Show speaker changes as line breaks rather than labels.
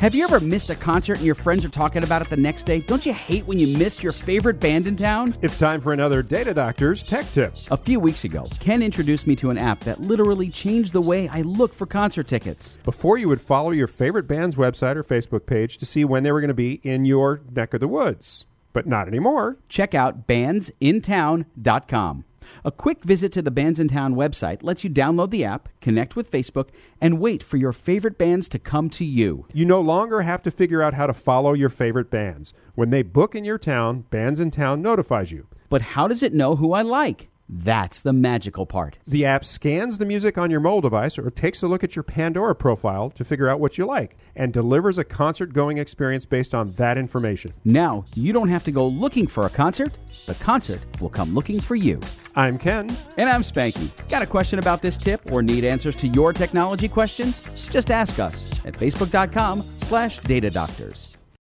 Have you ever missed a concert and your friends are talking about it the next day? Don't you hate when you miss your favorite band in town?
It's time for another Data Doctors Tech Tip.
A few weeks ago, Ken introduced me to an app that literally changed the way I look for concert tickets.
Before you would follow your favorite band's website or Facebook page to see when they were going to be in your neck of the woods, but not anymore.
Check out bandsintown.com. A quick visit to the Bands in Town website lets you download the app, connect with Facebook, and wait for your favorite bands to come to you.
You no longer have to figure out how to follow your favorite bands. When they book in your town, Bands in Town notifies you.
But how does it know who I like? That's the magical part.
The app scans the music on your mobile device or takes a look at your Pandora profile to figure out what you like and delivers a concert going experience based on that information.
Now, you don't have to go looking for a concert, the concert will come looking for you.
I'm Ken.
And I'm Spanky. Got a question about this tip or need answers to your technology questions? Just ask us at facebook.com slash datadoctors.